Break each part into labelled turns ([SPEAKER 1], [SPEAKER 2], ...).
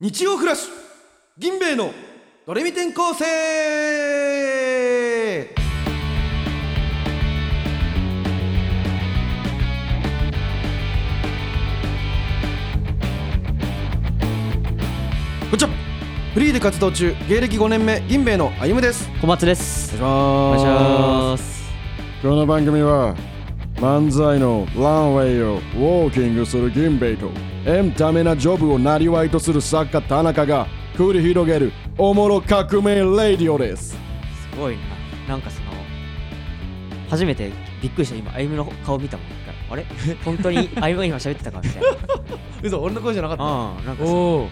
[SPEAKER 1] 日曜フラッシュ銀兵衛のドレミ転校生こんにちはフリーで活動中芸歴5年目銀兵衛のあゆむです
[SPEAKER 2] 小松です。お
[SPEAKER 1] お
[SPEAKER 2] 願いします。
[SPEAKER 3] この番組は漫才のランウェイをウォーキングする銀兵衛とエンタメなジョブをなりわいとする作家田中が繰り広げるおもろ革命レディオです
[SPEAKER 2] すごいな。なんかその、初めてびっくりした。今、あゆみの顔見たもん。一回あ れ本当にあゆみが今喋ってたかみたいな。
[SPEAKER 4] 嘘俺の声じゃなか った
[SPEAKER 2] ああ、なんかその
[SPEAKER 4] おおこ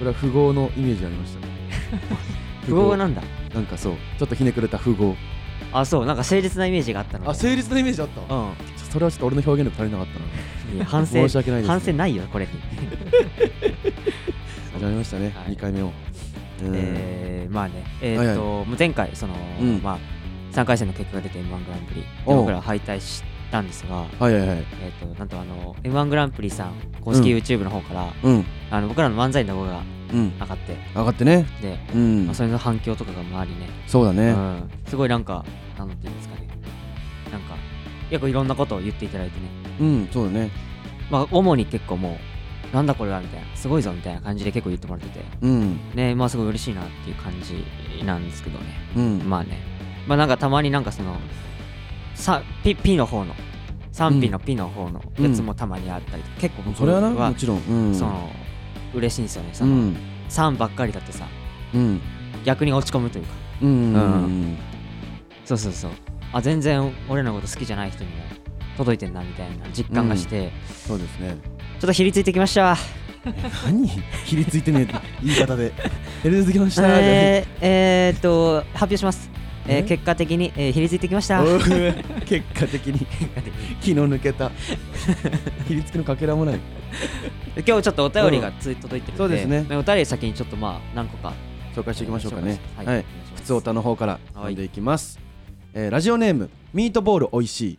[SPEAKER 4] れは富豪のイメージありました
[SPEAKER 2] 不合なんだ。
[SPEAKER 4] なんかそうちょっとひねくれた富豪
[SPEAKER 2] あ、そう。なんか誠実なイメージがあったので。
[SPEAKER 4] あ成立なイメージあった
[SPEAKER 2] う。
[SPEAKER 4] それはちょっと俺の表現力足りなかったなん
[SPEAKER 2] いや 反省。
[SPEAKER 4] 申し訳ないですね
[SPEAKER 2] 反省ないよ、これに。
[SPEAKER 4] 始まりましたね、
[SPEAKER 2] はい
[SPEAKER 4] 二2回目を うん
[SPEAKER 2] えー、まあね。え
[SPEAKER 4] はい
[SPEAKER 2] ー
[SPEAKER 4] は
[SPEAKER 2] っ
[SPEAKER 4] い
[SPEAKER 2] と、もう前回、その、
[SPEAKER 4] うん
[SPEAKER 2] まあ、3回戦の結果が出て M1 グランプリ。で
[SPEAKER 4] おう
[SPEAKER 2] 僕ら敗退したんですが、
[SPEAKER 4] はいはいはい
[SPEAKER 2] えーっと、なんとあの、M1 グランプリさん、公式
[SPEAKER 4] うん
[SPEAKER 2] YouTube の方から、
[SPEAKER 4] うん
[SPEAKER 2] あの、僕らの漫才の動画が
[SPEAKER 4] うん
[SPEAKER 2] 上がって、
[SPEAKER 4] 上がってね
[SPEAKER 2] で、
[SPEAKER 4] うん、
[SPEAKER 2] まあ、それの反響とかが周りね、
[SPEAKER 4] そうだ
[SPEAKER 2] う
[SPEAKER 4] ね、
[SPEAKER 2] ん、すごいなんか、なんていうんですかね、なんか、結構いろんなことを言っていただいてね、
[SPEAKER 4] うん、そうだね
[SPEAKER 2] まあ、主に結構もう、なんだこれはみたいな、すごいぞみたいな感じで結構言ってもらってて、
[SPEAKER 4] うん
[SPEAKER 2] ね、まあ、すごい嬉しいなっていう感じなんですけどね、
[SPEAKER 4] うん
[SPEAKER 2] まあね、まあ、なんかたまになんかその、さピピの方の、賛否のピの方のやつもたまにあったりとか、結構僕
[SPEAKER 4] それはなもちろんうん
[SPEAKER 2] その、嬉しいんですよね、
[SPEAKER 4] う
[SPEAKER 2] その、
[SPEAKER 4] ん
[SPEAKER 2] 賛ばっかりだとさ、
[SPEAKER 4] うん
[SPEAKER 2] 逆に落ち込むというか。
[SPEAKER 4] うん
[SPEAKER 2] う
[SPEAKER 4] うん
[SPEAKER 2] そうそうそうあ全然俺のこと好きじゃない人にも届いてんなみたいな実感がして、ち
[SPEAKER 4] そうですね
[SPEAKER 2] ょっとひりついてきま した
[SPEAKER 4] 何ひりついて ねえって言い方でひりつきました
[SPEAKER 2] えー、えー、っと発表します、えー
[SPEAKER 4] え
[SPEAKER 2] 結果的に、えー、ひりついてきまし
[SPEAKER 4] じゃ
[SPEAKER 2] た
[SPEAKER 4] あおう 結果的に気の抜けたひりつきのかけらもない
[SPEAKER 2] 今日ちょっとお便りがつ、届いてるんで
[SPEAKER 4] そうですね
[SPEAKER 2] お便り先にちょっとまあ何個か
[SPEAKER 4] 紹介していきましょうかね
[SPEAKER 2] は
[SPEAKER 4] はいい、
[SPEAKER 2] お願いします
[SPEAKER 4] 普通おたの方から読んでいきます、えーラジオネームミートボールおいしい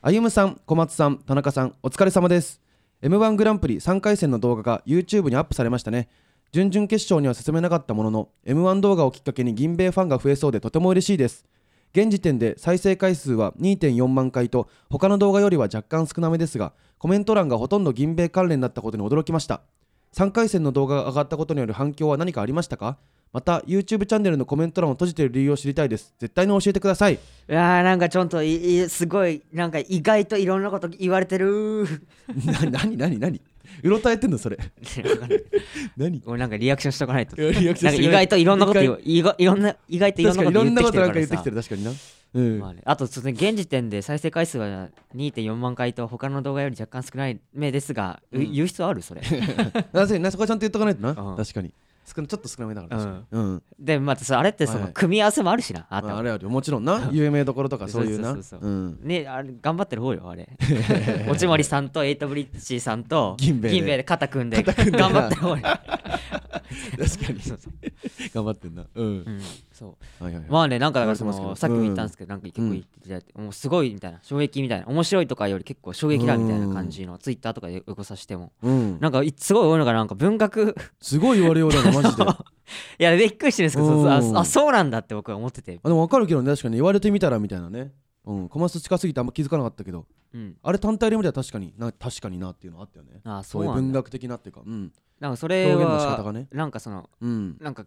[SPEAKER 4] あゆむさん小松さん田中さんお疲れ様です m 1グランプリ3回戦の動画が YouTube にアップされましたね準々決勝には進めなかったものの m 1動画をきっかけに銀兵衛ファンが増えそうでとても嬉しいです現時点で再生回数は2.4万回と他の動画よりは若干少なめですがコメント欄がほとんど銀兵衛関連だったことに驚きました3回戦の動画が上がったことによる反響は何かありましたかまた YouTube チャンネルのコメント欄を閉じている理由を知りたいです絶対に教えてください
[SPEAKER 2] い やーなんかちょっといいすごいなんか意外といろんなこと言われてる ー
[SPEAKER 4] な何何何うろたえてんの それ
[SPEAKER 2] わかんない
[SPEAKER 4] 何
[SPEAKER 2] 俺なんかリアクションしとかないと
[SPEAKER 4] いやリアクショ
[SPEAKER 2] な
[SPEAKER 4] ン
[SPEAKER 2] んか
[SPEAKER 4] しと
[SPEAKER 2] 意
[SPEAKER 4] かない
[SPEAKER 2] 外といろんなこと言わいがいろんな意外といろん
[SPEAKER 4] 確
[SPEAKER 2] な
[SPEAKER 4] か
[SPEAKER 2] こ
[SPEAKER 4] にい
[SPEAKER 2] と
[SPEAKER 4] ろんな
[SPEAKER 2] 言っ
[SPEAKER 4] こ
[SPEAKER 2] てきて
[SPEAKER 4] と
[SPEAKER 2] る
[SPEAKER 4] な
[SPEAKER 2] か
[SPEAKER 4] ん
[SPEAKER 2] さ
[SPEAKER 4] から言ってきてる確かにな うん、
[SPEAKER 2] まあね、あとちょっとね現時点で再生回数は2.4万回と他の動画より若干少ない目ですが、う言う必要ある それ
[SPEAKER 4] なぜなそこはちゃんと言っとかないとな、
[SPEAKER 2] うん
[SPEAKER 4] 確かに少なちょっと少なめだから
[SPEAKER 2] うん
[SPEAKER 4] 確かにうん、
[SPEAKER 2] でまたさあれってそ
[SPEAKER 4] はい
[SPEAKER 2] の
[SPEAKER 4] はい
[SPEAKER 2] 組み合わせもあるしなあ
[SPEAKER 4] まあ、
[SPEAKER 2] と
[SPEAKER 4] あれあるもちろ んな有名どころとかそういうな
[SPEAKER 2] そうそうそう
[SPEAKER 4] うん
[SPEAKER 2] ねあれ頑張ってる方よあ れおちもりさんとエイトブリッジさんと
[SPEAKER 4] 銀兵衛で
[SPEAKER 2] で肩組んで
[SPEAKER 4] 肩組んでな
[SPEAKER 2] 頑張ってる方よ、
[SPEAKER 4] 確かに頑張ってんなうん、
[SPEAKER 2] うん、そう
[SPEAKER 4] はいはいはい
[SPEAKER 2] まあねなんかだからそ
[SPEAKER 4] 頑張って
[SPEAKER 2] の
[SPEAKER 4] ます
[SPEAKER 2] さ
[SPEAKER 4] け
[SPEAKER 2] っきも
[SPEAKER 4] ど
[SPEAKER 2] 言ったんですけど、なんか結構言っていただいて、もうすごいみたいな衝撃みたいな面白いとかより結構衝撃だみたいな感じの、ツイッターとかでよこさせても
[SPEAKER 4] うん、
[SPEAKER 2] なんかいすごい多いのがなんか文学
[SPEAKER 4] すごい言われようだなマ ジであ
[SPEAKER 2] いやびっくりしてるんですけどそう
[SPEAKER 4] うん
[SPEAKER 2] ああそうなんだって僕は思ってて、
[SPEAKER 4] でも分かるけどね確かに言われてみたらみたいなねうん、コマス近すぎてあんま気づかなかったけど
[SPEAKER 2] うん、
[SPEAKER 4] あれ単体で見たら確かにな確かになっていうのはあったよね
[SPEAKER 2] あ
[SPEAKER 4] そ
[SPEAKER 2] そうう
[SPEAKER 4] いう
[SPEAKER 2] なん
[SPEAKER 4] 文
[SPEAKER 2] だ
[SPEAKER 4] 学的なっていうかうん
[SPEAKER 2] なんかそれ
[SPEAKER 4] 表現の仕方が
[SPEAKER 2] は、
[SPEAKER 4] ね
[SPEAKER 2] なんかその
[SPEAKER 4] うん
[SPEAKER 2] なんか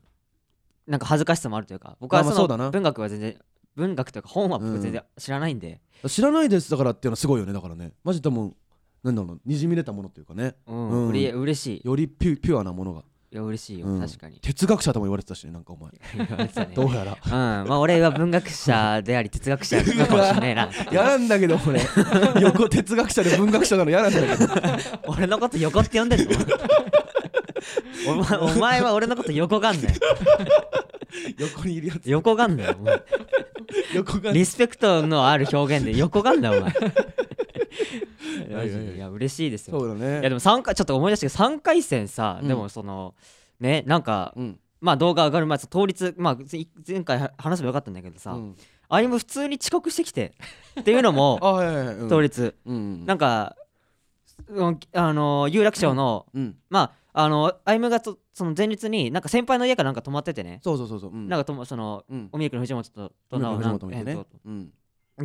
[SPEAKER 2] なんか恥ずかしさもあるというか僕は
[SPEAKER 4] まあま
[SPEAKER 2] そ
[SPEAKER 4] あ
[SPEAKER 2] の
[SPEAKER 4] そうだな
[SPEAKER 2] 文学は全然文学というか本は僕全然知らないんで、
[SPEAKER 4] 知らないですだからっていうのはすごいよねだからねマジでもうなんだろうにじみ出たものっていうかね
[SPEAKER 2] うん
[SPEAKER 4] うん
[SPEAKER 2] うれ嬉しい
[SPEAKER 4] よりピュピュアなものが
[SPEAKER 2] いや嬉しいよ、
[SPEAKER 4] うん
[SPEAKER 2] 確かに
[SPEAKER 4] 哲学者とも言われてたしねなんかお前
[SPEAKER 2] 言われてたね
[SPEAKER 4] どうや ら
[SPEAKER 2] うん、まあ俺は文学者であり哲学者なのかもしれないな
[SPEAKER 4] 嫌なんだけど俺横哲学者で文学者なの嫌なんだけど
[SPEAKER 2] 俺のこと横って呼んでんの お前お前は俺のこと横がんだよ
[SPEAKER 4] 横にいるやつ
[SPEAKER 2] 横がんだよお前
[SPEAKER 4] 横が
[SPEAKER 2] リスペクトのある表現で横がんだお前
[SPEAKER 4] いや
[SPEAKER 2] マ
[SPEAKER 4] いやいや
[SPEAKER 2] ジでいや嬉しいです
[SPEAKER 4] そ
[SPEAKER 2] よ
[SPEAKER 4] うだ
[SPEAKER 2] いや
[SPEAKER 4] ね
[SPEAKER 2] でも3回ちょっと思い出したけど3回戦さ、
[SPEAKER 4] うん
[SPEAKER 2] でもそのねなんか、
[SPEAKER 4] うん
[SPEAKER 2] まあ動画上がる前その当日まあつい前回は話せばよかったんだけどさ、
[SPEAKER 4] うん
[SPEAKER 2] あれも普通に遅刻してきてっていうのも
[SPEAKER 4] あはいはいはいうん
[SPEAKER 2] 当日、
[SPEAKER 4] うん
[SPEAKER 2] なんか、うんあの有楽町の、
[SPEAKER 4] うん
[SPEAKER 2] まああの歩夢がとその前日になんか先輩の家かなんか泊まっててね
[SPEAKER 4] そうそうそうそううん
[SPEAKER 2] なんかともその
[SPEAKER 4] うん
[SPEAKER 2] おみゆきの藤本とと
[SPEAKER 4] 富
[SPEAKER 2] なお
[SPEAKER 4] 永
[SPEAKER 2] な
[SPEAKER 4] 藤
[SPEAKER 2] ん
[SPEAKER 4] 本見て
[SPEAKER 2] え
[SPEAKER 4] ね
[SPEAKER 2] っと
[SPEAKER 4] うん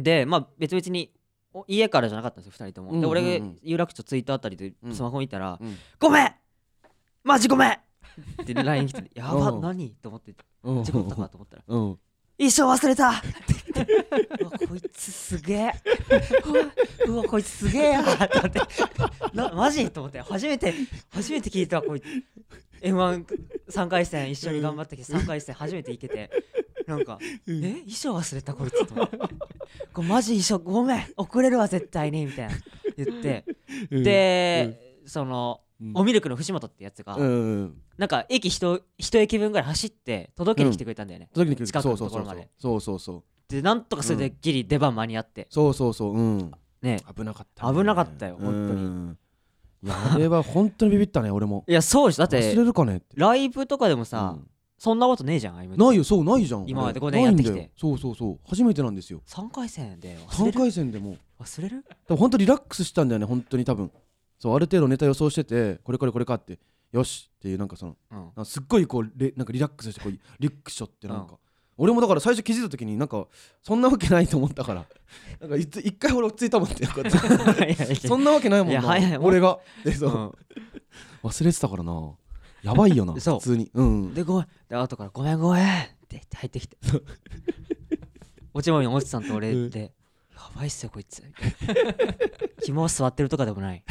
[SPEAKER 2] でまあ別々にお家からじゃなかったんですよ2人とも、
[SPEAKER 4] うんうんうん
[SPEAKER 2] で俺が有楽町ツイートあたりでスマホ見たら「
[SPEAKER 4] うんうん
[SPEAKER 2] ごめんマジごめん!」って LINE 来 て「やば
[SPEAKER 4] うん
[SPEAKER 2] 何?」と思って
[SPEAKER 4] うん
[SPEAKER 2] 事故ったかと思ったら
[SPEAKER 4] うん
[SPEAKER 2] 「一生忘れた!」って言って「うわこいつすげえうわうわこいつすげえや!」と思ってなマジと思って初めて初めて聞いたわこいつ m 1 3回戦一緒に頑張ったけど3回戦初めて行けてなんか「え衣装忘れたこいつ」と思って「これマジ衣装ごめん遅れるわ絶対に」みたいな言ってで、その、
[SPEAKER 4] うん
[SPEAKER 2] おミルクの藤本ってやつが、
[SPEAKER 4] うんうんうん
[SPEAKER 2] なんか駅一一駅分ぐらい走って届けに来てくれたんだよね、
[SPEAKER 4] 届けに来る
[SPEAKER 2] 近く
[SPEAKER 4] そう
[SPEAKER 2] のと
[SPEAKER 4] そう
[SPEAKER 2] こ
[SPEAKER 4] そ
[SPEAKER 2] ろ
[SPEAKER 4] う
[SPEAKER 2] ま
[SPEAKER 4] そ
[SPEAKER 2] で
[SPEAKER 4] うそうそうそう
[SPEAKER 2] でなんとかそれでギリ出番間に合って、
[SPEAKER 4] そうそうそううん
[SPEAKER 2] ね
[SPEAKER 4] 危なかったね
[SPEAKER 2] 危なかったよ本当に
[SPEAKER 4] うんいやあれは本当にビビったね俺も
[SPEAKER 2] いやそうですだっ
[SPEAKER 4] 忘
[SPEAKER 2] て
[SPEAKER 4] れるかねって
[SPEAKER 2] ライブとかでもさ、
[SPEAKER 4] うん
[SPEAKER 2] そんなことねえじゃんあいみ
[SPEAKER 4] ないよそうないじゃん
[SPEAKER 2] 今まで
[SPEAKER 4] 俺
[SPEAKER 2] 五年やってきて
[SPEAKER 4] ないんだよそうそうそう初めてなんですよ
[SPEAKER 2] 3回戦で忘れ
[SPEAKER 4] 3
[SPEAKER 2] る
[SPEAKER 4] 回戦でも
[SPEAKER 2] 忘れる
[SPEAKER 4] 多分本当リラックスしたんだよね本当に多分そうある程度ネタ予想しててこれこれこれかってよしっていうなんかその
[SPEAKER 2] うん
[SPEAKER 4] なんかすっごいこうレなんかリラックスしてこうリュックしょってなんか、俺もだから最初気づいた時になんかそんなわけないと思ったから なんかいつ一回俺落ち着いたもんってこうやって そ
[SPEAKER 2] ん
[SPEAKER 4] んなわけないもん
[SPEAKER 2] いや
[SPEAKER 4] な
[SPEAKER 2] 早い
[SPEAKER 4] 俺がでそうう、忘れてたからなやばいよな
[SPEAKER 2] そう
[SPEAKER 4] 普通にうん
[SPEAKER 2] ん、でごめんで後から「ごめんごめん」って言って入って きて落ちまみの落ちさんと俺で「やばいっすよこいつ」肝座ってるとかでもない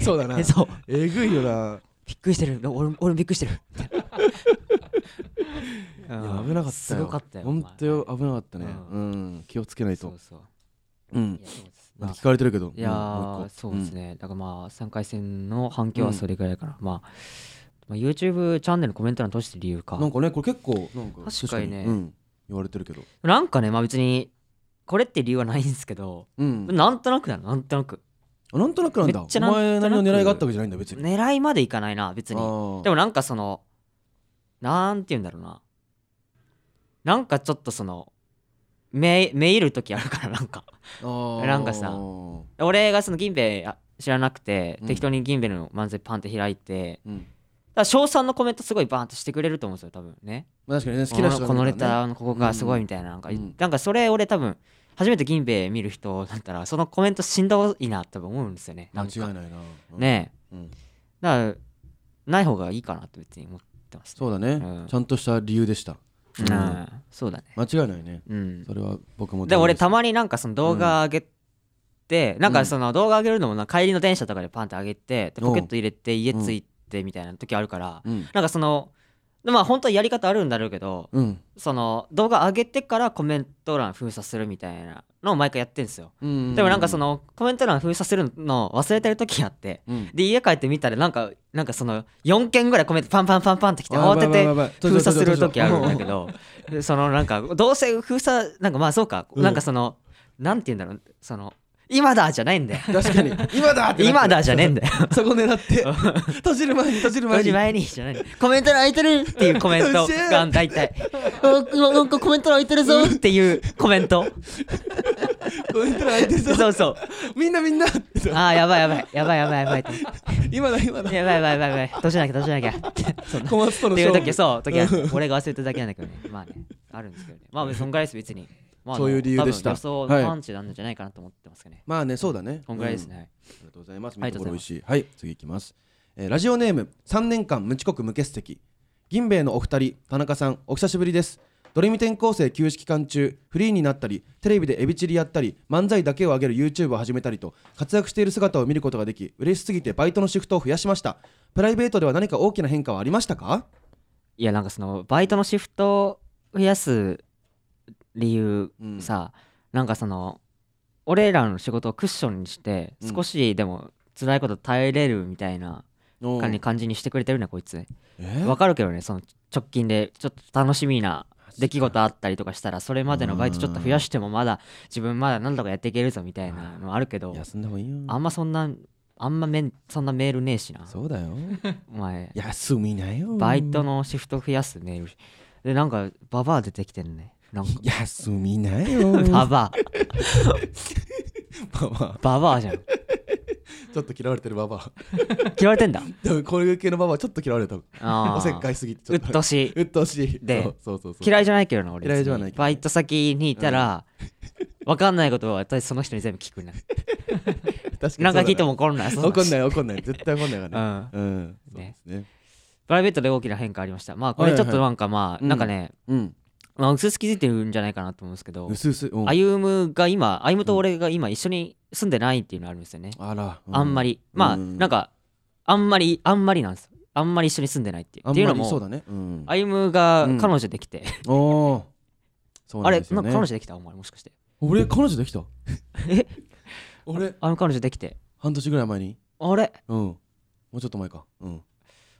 [SPEAKER 4] そうだな
[SPEAKER 2] え そう
[SPEAKER 4] えぐいよな
[SPEAKER 2] びっくりしてる俺も俺もびっくりしてるみたい
[SPEAKER 4] い
[SPEAKER 2] な
[SPEAKER 4] や
[SPEAKER 2] うん
[SPEAKER 4] 危なかったよ
[SPEAKER 2] すごかったよ
[SPEAKER 4] 本当よ危なかったねう、
[SPEAKER 2] うん
[SPEAKER 4] 気をつけない
[SPEAKER 2] そ
[SPEAKER 4] と
[SPEAKER 2] うそう
[SPEAKER 4] う
[SPEAKER 2] い
[SPEAKER 4] ん
[SPEAKER 2] やそうです
[SPEAKER 4] なんて聞かれてるけど
[SPEAKER 2] いや
[SPEAKER 4] んも
[SPEAKER 2] ー、
[SPEAKER 4] う一個
[SPEAKER 2] そうですね、だからまあ3回戦の反響はそれぐらいかな、まあ、まあ YouTube チャンネルのコメント欄通して理由か
[SPEAKER 4] うんなんかねこれ結構なんか
[SPEAKER 2] 確かにね
[SPEAKER 4] うん、言われてるけど
[SPEAKER 2] なんかねまあ別にこれって理由はないんですけど、
[SPEAKER 4] うん
[SPEAKER 2] なんとなくだななんとなく
[SPEAKER 4] あなんとなくなんだ
[SPEAKER 2] めっちゃな
[SPEAKER 4] お
[SPEAKER 2] んとなく
[SPEAKER 4] 前なりの狙いがあったわけじゃないんだ別に、
[SPEAKER 2] 狙いまでいかないな別
[SPEAKER 4] あ
[SPEAKER 2] に
[SPEAKER 4] ー
[SPEAKER 2] でもなんかそのなんて言うんだろうななんかちょっとそのめめいる時あるからなんか
[SPEAKER 4] あー
[SPEAKER 2] なんかさ
[SPEAKER 4] うん
[SPEAKER 2] 俺がその銀兵衛あ知らなくて、
[SPEAKER 4] うん
[SPEAKER 2] 適当に銀兵衛の漫才パンって開いて
[SPEAKER 4] うん
[SPEAKER 2] だから賞賛のコメントすごいバーンとしてくれると思うんですよ多分ね
[SPEAKER 4] 確かにね好きな人が見るからね
[SPEAKER 2] このこのレターのここがすごいみたいななんか、
[SPEAKER 4] うん
[SPEAKER 2] なんかそれ俺多分初めて銀兵衛見る人だったらそのコメントしんどいな多分思うんですよね
[SPEAKER 4] 間
[SPEAKER 2] んか
[SPEAKER 4] 違いないなうん
[SPEAKER 2] ねえ
[SPEAKER 4] うん
[SPEAKER 2] だからない方がいいかなって別に思ってます、ね、
[SPEAKER 4] そうだね、
[SPEAKER 2] うん
[SPEAKER 4] ちゃんとした理由でした
[SPEAKER 2] う
[SPEAKER 4] うん
[SPEAKER 2] んそうだね
[SPEAKER 4] 間違いないね
[SPEAKER 2] うん
[SPEAKER 4] それは僕も
[SPEAKER 2] で俺た
[SPEAKER 4] ま
[SPEAKER 2] まになんかその動画上げて、なんかその動画上げるのもな帰りの電車とかでパンって上げてでポケット入れて家着いてみたいな時あるから、
[SPEAKER 4] うん
[SPEAKER 2] なんかそのでまあ本当はやり方あるんだろうけど
[SPEAKER 4] うん
[SPEAKER 2] その動画上げてからコメント欄封鎖するみたいなのを毎回やってんですよ、
[SPEAKER 4] うん
[SPEAKER 2] でもなんかそのコメント欄封鎖するの忘れてる時あって
[SPEAKER 4] うん
[SPEAKER 2] で家帰ってみたらなんかなんかその4件ぐらいコメントパンパンパンパンってきて
[SPEAKER 4] あ
[SPEAKER 2] 慌
[SPEAKER 4] やばい
[SPEAKER 2] てて
[SPEAKER 4] やばいやばい
[SPEAKER 2] 封鎖する時あるんだけどでそのなんかどうせ封鎖なんかまあそうか、
[SPEAKER 4] うん
[SPEAKER 2] なんかそのなんて言うんだろうその今だじゃないんだよ
[SPEAKER 4] 確かに今だってなって
[SPEAKER 2] 今だじゃねえん だよ
[SPEAKER 4] そこ狙って閉じる前に閉じる
[SPEAKER 2] 5
[SPEAKER 4] 前に
[SPEAKER 2] 時前にじゃないコメント欄空いてるっていうコメント
[SPEAKER 4] うっせえ
[SPEAKER 2] が大体うん今なんかコメント欄空いてるぞっていうコメント
[SPEAKER 4] コメント欄開いてそう
[SPEAKER 2] そうそう
[SPEAKER 4] みんなみんな
[SPEAKER 2] ああやばいやばいやばいやばいやばいって
[SPEAKER 4] 今だ今だ
[SPEAKER 2] やばいやばいやばいやばいどうしなきゃどうし なきゃってそんな
[SPEAKER 4] 小松との
[SPEAKER 2] っていう
[SPEAKER 4] 勝
[SPEAKER 2] 時
[SPEAKER 4] 負
[SPEAKER 2] そう時は俺が忘れただけなんだけどねまあねあるんですけどねまあ別にそんぐらいです別に、まあ、
[SPEAKER 4] そういう理由でした
[SPEAKER 2] 多分予想のパンチなんじゃないかなと思ってますけどね、
[SPEAKER 4] まあねそうだね
[SPEAKER 2] こんぐらいですね、
[SPEAKER 4] うんありがとうございます
[SPEAKER 2] ありがとうございます
[SPEAKER 4] すはい次いきますえーラジオネーム3年間無遅刻無欠席銀兵衛のお二人田中さんお久しぶりですドレミ転校生休止期間中フリーになったりテレビでエビチリやったり漫才だけを上げる YouTube を始めたりと活躍している姿を見ることができ嬉しすぎてバイトのシフトを増やしましたプライベートでは何か大きな変化はありましたか
[SPEAKER 2] いやなんかそのバイトのシフトを増やす理由
[SPEAKER 4] うん
[SPEAKER 2] さ、なんかその俺らの仕事をクッションにして
[SPEAKER 4] うん
[SPEAKER 2] 少しでも辛いこと耐えれるみたいな
[SPEAKER 4] お
[SPEAKER 2] 感じ
[SPEAKER 4] ー
[SPEAKER 2] 感じにしてくれてるねこいつ
[SPEAKER 4] え
[SPEAKER 2] わかるけどねその直近でちょっと楽しみな出来事あったりとかしたらそれまでのバイトちょっと増やしてもまだ自分まだ何とかやっていけるぞみたいなのあるけど
[SPEAKER 4] 休んだ方がいいよ
[SPEAKER 2] あんまそんなあんまめんそんなメールねえしな
[SPEAKER 4] そうだよ
[SPEAKER 2] お前
[SPEAKER 4] 休みなよ
[SPEAKER 2] バイトのシフト増やすメールでなんかババア出てきてんねなんか
[SPEAKER 4] 休みなよ
[SPEAKER 2] ババ
[SPEAKER 4] まあまあ
[SPEAKER 2] アババアじゃん
[SPEAKER 4] そうちょっと嫌われてるババア
[SPEAKER 2] 嫌われてんだ。
[SPEAKER 4] 多分こういう系のババアちょっと嫌われる多分
[SPEAKER 2] あー
[SPEAKER 4] おせっかいすぎてち
[SPEAKER 2] う
[SPEAKER 4] ょ
[SPEAKER 2] っ
[SPEAKER 4] と
[SPEAKER 2] とうし
[SPEAKER 4] うっとうしい
[SPEAKER 2] で
[SPEAKER 4] そうそうそう
[SPEAKER 2] い。
[SPEAKER 4] そう
[SPEAKER 2] 嫌いじゃないけどな、俺。
[SPEAKER 4] 嫌いじゃないけど
[SPEAKER 2] バイト先にいたら、わかんないことは私その人に全部聞く な。なんか
[SPEAKER 4] 確かにそうだ
[SPEAKER 2] 聞いて
[SPEAKER 4] も
[SPEAKER 2] も怒んない。そ。
[SPEAKER 4] 怒んないい怒んない絶対怒んないから
[SPEAKER 2] う
[SPEAKER 4] ね
[SPEAKER 2] ん。
[SPEAKER 4] うんそうで
[SPEAKER 2] ね
[SPEAKER 4] すね
[SPEAKER 2] プライベートで大きな変化ありました。まあ、これちょっとなんかま
[SPEAKER 4] いは
[SPEAKER 2] あ、
[SPEAKER 4] い
[SPEAKER 2] なんかね、
[SPEAKER 4] うん
[SPEAKER 2] まあ、うすうす気づいてるんじゃないかなと思うんですけど
[SPEAKER 4] う、すうすうん
[SPEAKER 2] 歩夢が今、歩夢と俺が今一緒に住んでないっていうのあるんですよね。
[SPEAKER 4] あら
[SPEAKER 2] あんまり。まあ、
[SPEAKER 4] うん
[SPEAKER 2] なんか、あんまり、あんまりなんですよ。あんまり一緒に住んでないっていう。
[SPEAKER 4] あ
[SPEAKER 2] っ
[SPEAKER 4] ん
[SPEAKER 2] ていう
[SPEAKER 4] ま
[SPEAKER 2] の
[SPEAKER 4] りそう
[SPEAKER 2] も、
[SPEAKER 4] だねうん
[SPEAKER 2] 歩夢が彼女できて、
[SPEAKER 4] おおーそう
[SPEAKER 2] あ
[SPEAKER 4] なん
[SPEAKER 2] れ、
[SPEAKER 4] です
[SPEAKER 2] な
[SPEAKER 4] よ
[SPEAKER 2] んか
[SPEAKER 4] ね
[SPEAKER 2] 彼女できたお前もしかして。
[SPEAKER 4] 俺彼女できた
[SPEAKER 2] え
[SPEAKER 4] 俺
[SPEAKER 2] あの彼女できて。
[SPEAKER 4] 半年ぐらい前に
[SPEAKER 2] あれ
[SPEAKER 4] うんもうちょっと前かうん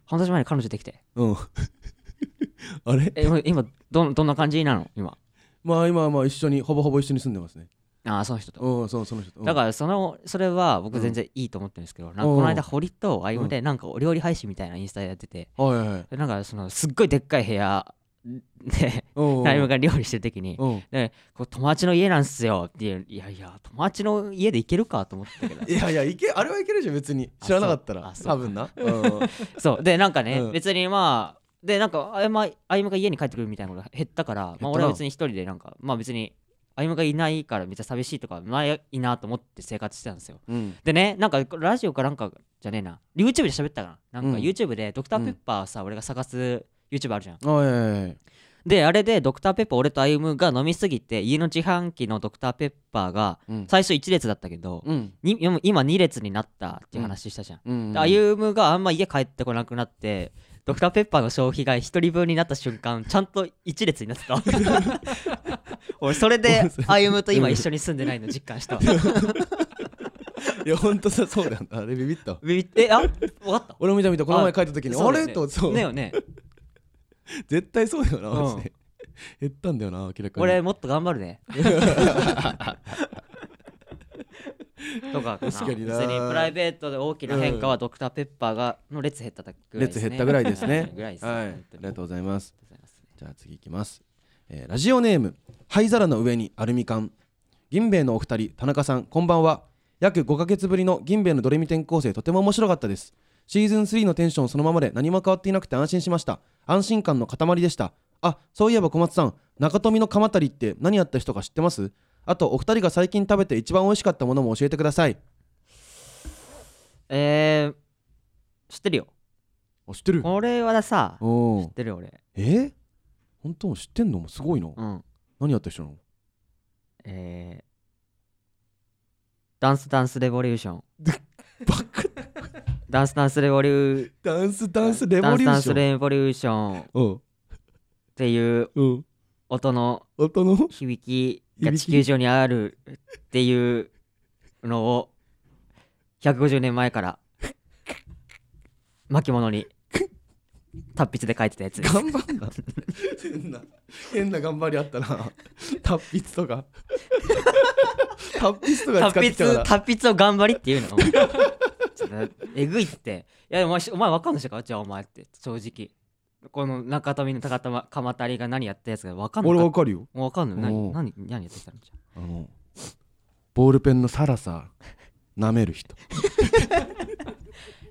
[SPEAKER 2] 半年前に彼女できて。
[SPEAKER 4] うん あれ
[SPEAKER 2] え、今今どん、どんな感じなの今。
[SPEAKER 4] まあ今はまあ一緒にほぼほぼ一緒に住んでますね
[SPEAKER 2] ああ、その人と。
[SPEAKER 4] うんそうその人とうん
[SPEAKER 2] だからそのそれは僕全然いいと思ってるんですけど、なんかこの間堀と歩夢でなんかお料理配信みたいなインスタやってて、
[SPEAKER 4] はいはいはい
[SPEAKER 2] でなんかそのすっごいでっかい部屋で
[SPEAKER 4] うん
[SPEAKER 2] 歩夢が料理してる時に
[SPEAKER 4] うん
[SPEAKER 2] でこう友達の家なんすよっていういやいや友達の家で行けるかと思ったけ ど
[SPEAKER 4] いやいやいけあれはいけるでしょ別に
[SPEAKER 2] あ
[SPEAKER 4] 知らなかったら
[SPEAKER 2] そうあ
[SPEAKER 4] 多分なうん
[SPEAKER 2] そうでなんかね、
[SPEAKER 4] うん
[SPEAKER 2] 別にまあでなんかあやまあゆむが家に帰ってくるみたいなことが減ったからまあ、俺は別に一人でなんかまあ別にあゆむがいないからめっちゃ寂しいとかないなと思って生活してたんですよ
[SPEAKER 4] うん
[SPEAKER 2] でねなんかラジオかなんかじゃねえな YouTube で喋ったかななんか
[SPEAKER 4] うん
[SPEAKER 2] YouTube でドクターペッパーさ、俺が探す YouTube あるじゃん
[SPEAKER 4] はいはいはい
[SPEAKER 2] であれでドクターペッパー俺と歩夢が飲みすぎて家の自販機のドクターペッパーが
[SPEAKER 4] うん
[SPEAKER 2] 最初1列だったけど、
[SPEAKER 4] うん
[SPEAKER 2] に今今2列になったっていう話したじゃん、
[SPEAKER 4] うん
[SPEAKER 2] で歩夢があんま家帰ってこなくなってドクターペッパーの消費が1人分になった瞬間ちゃんと1列になって た俺それで歩夢と今一緒に住んでないの実感した わ
[SPEAKER 4] いやほんとさそうだよなあれビビったわ
[SPEAKER 2] ビビってえあ分かった
[SPEAKER 4] 俺も見た見たこの前帰った時に
[SPEAKER 2] そ
[SPEAKER 4] あ
[SPEAKER 2] うだよね
[SPEAKER 4] れとそう
[SPEAKER 2] ねよね
[SPEAKER 4] 絶対そうだよな
[SPEAKER 2] うん
[SPEAKER 4] マジで 減ったんだよな明らかに
[SPEAKER 2] 俺もっと頑張る ねとかかな
[SPEAKER 4] 確かにな
[SPEAKER 2] 別にプライベートで大きな変化はドクターペッパーがの列減っただけぐらいです
[SPEAKER 4] 列
[SPEAKER 2] ね。
[SPEAKER 4] 減ったぐらいですね
[SPEAKER 2] ぐらいですね
[SPEAKER 4] はい、あ
[SPEAKER 2] 本当
[SPEAKER 4] り
[SPEAKER 2] に
[SPEAKER 4] がとうございます。
[SPEAKER 2] ありがとうございます
[SPEAKER 4] じゃあ次いきます。えーラジオネーム灰皿の上にアルミ缶。銀兵衛のお二人、田中さん、こんばんは。約5ヶ月ぶりの銀兵衛のドレミ転校生、とても面白かったです。シーズン3のテンションそのままで何も変わっていなくて安心しました。安心感の塊でした。あ、そういえば小松さん、中富の鎌足りって何やった人か知ってますあと、お二人が最近食べて一番美味しかったものも教えてください。
[SPEAKER 2] えー、知ってるよ
[SPEAKER 4] あ、知ってる
[SPEAKER 2] 俺はさ
[SPEAKER 4] お
[SPEAKER 2] 知っ
[SPEAKER 4] ー
[SPEAKER 2] てるよ俺
[SPEAKER 4] えー本当知ってんのすごいな。
[SPEAKER 2] うん
[SPEAKER 4] 何やった人なの
[SPEAKER 2] えー、ダンスダンスレボリューション
[SPEAKER 4] バカ
[SPEAKER 2] ダンスダンスレボリュー
[SPEAKER 4] ダンスダンスレボリュ
[SPEAKER 2] ダ
[SPEAKER 4] ー
[SPEAKER 2] ンス
[SPEAKER 4] シ
[SPEAKER 2] ダンス
[SPEAKER 4] ョン。
[SPEAKER 2] レボリューションっ
[SPEAKER 4] うん。
[SPEAKER 2] ていう
[SPEAKER 4] うん。
[SPEAKER 2] 音の
[SPEAKER 4] 音の
[SPEAKER 2] 響きが地球上にあるっていうのを150年前から巻物に達筆で書いてたやつです
[SPEAKER 4] 頑張んな。変な、変な頑張りあったな。達筆とか。達筆とか使
[SPEAKER 2] 達
[SPEAKER 4] ってきたか
[SPEAKER 2] 筆
[SPEAKER 4] ら。
[SPEAKER 2] 達筆を頑張りっていうのちょっとえぐいっていやお前しお前分かんないしかじゃあお前って正直この中富の高玉鎌足りが何やったやつが分かんない
[SPEAKER 4] 俺
[SPEAKER 2] も
[SPEAKER 4] わかるよ。
[SPEAKER 2] う分かんない
[SPEAKER 4] お
[SPEAKER 2] 何何
[SPEAKER 4] う
[SPEAKER 2] 何やってきたのじゃ
[SPEAKER 4] あの、ボールペンのサラさ、舐める人。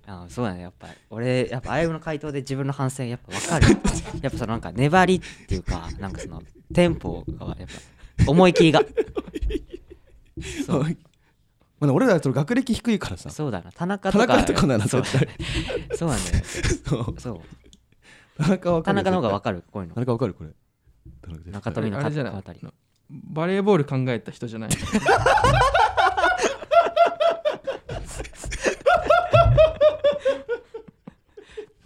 [SPEAKER 2] ああそうだねやっぱり俺やっぱあやの回答で自分の反省やっぱ分 かるやっぱそのなんか粘りっていうかなんかそのテンポがやっぱ思い切りがそう
[SPEAKER 4] はいまあ、俺らその学歴低いからさ。
[SPEAKER 2] そうだな田中
[SPEAKER 4] 田
[SPEAKER 2] とか
[SPEAKER 4] 中とかなら
[SPEAKER 2] そう
[SPEAKER 4] 絶対。
[SPEAKER 2] そうなんだよ
[SPEAKER 4] そう
[SPEAKER 2] そう
[SPEAKER 4] 田中わか
[SPEAKER 2] 田
[SPEAKER 4] る。
[SPEAKER 2] 中の方が分
[SPEAKER 4] か
[SPEAKER 2] かるこういう
[SPEAKER 4] る。
[SPEAKER 2] の
[SPEAKER 4] 田中わかるこれ。田中絶対
[SPEAKER 2] 中富の
[SPEAKER 5] あれじゃない
[SPEAKER 2] 肩あたり
[SPEAKER 5] バレーボール考えた人じゃない。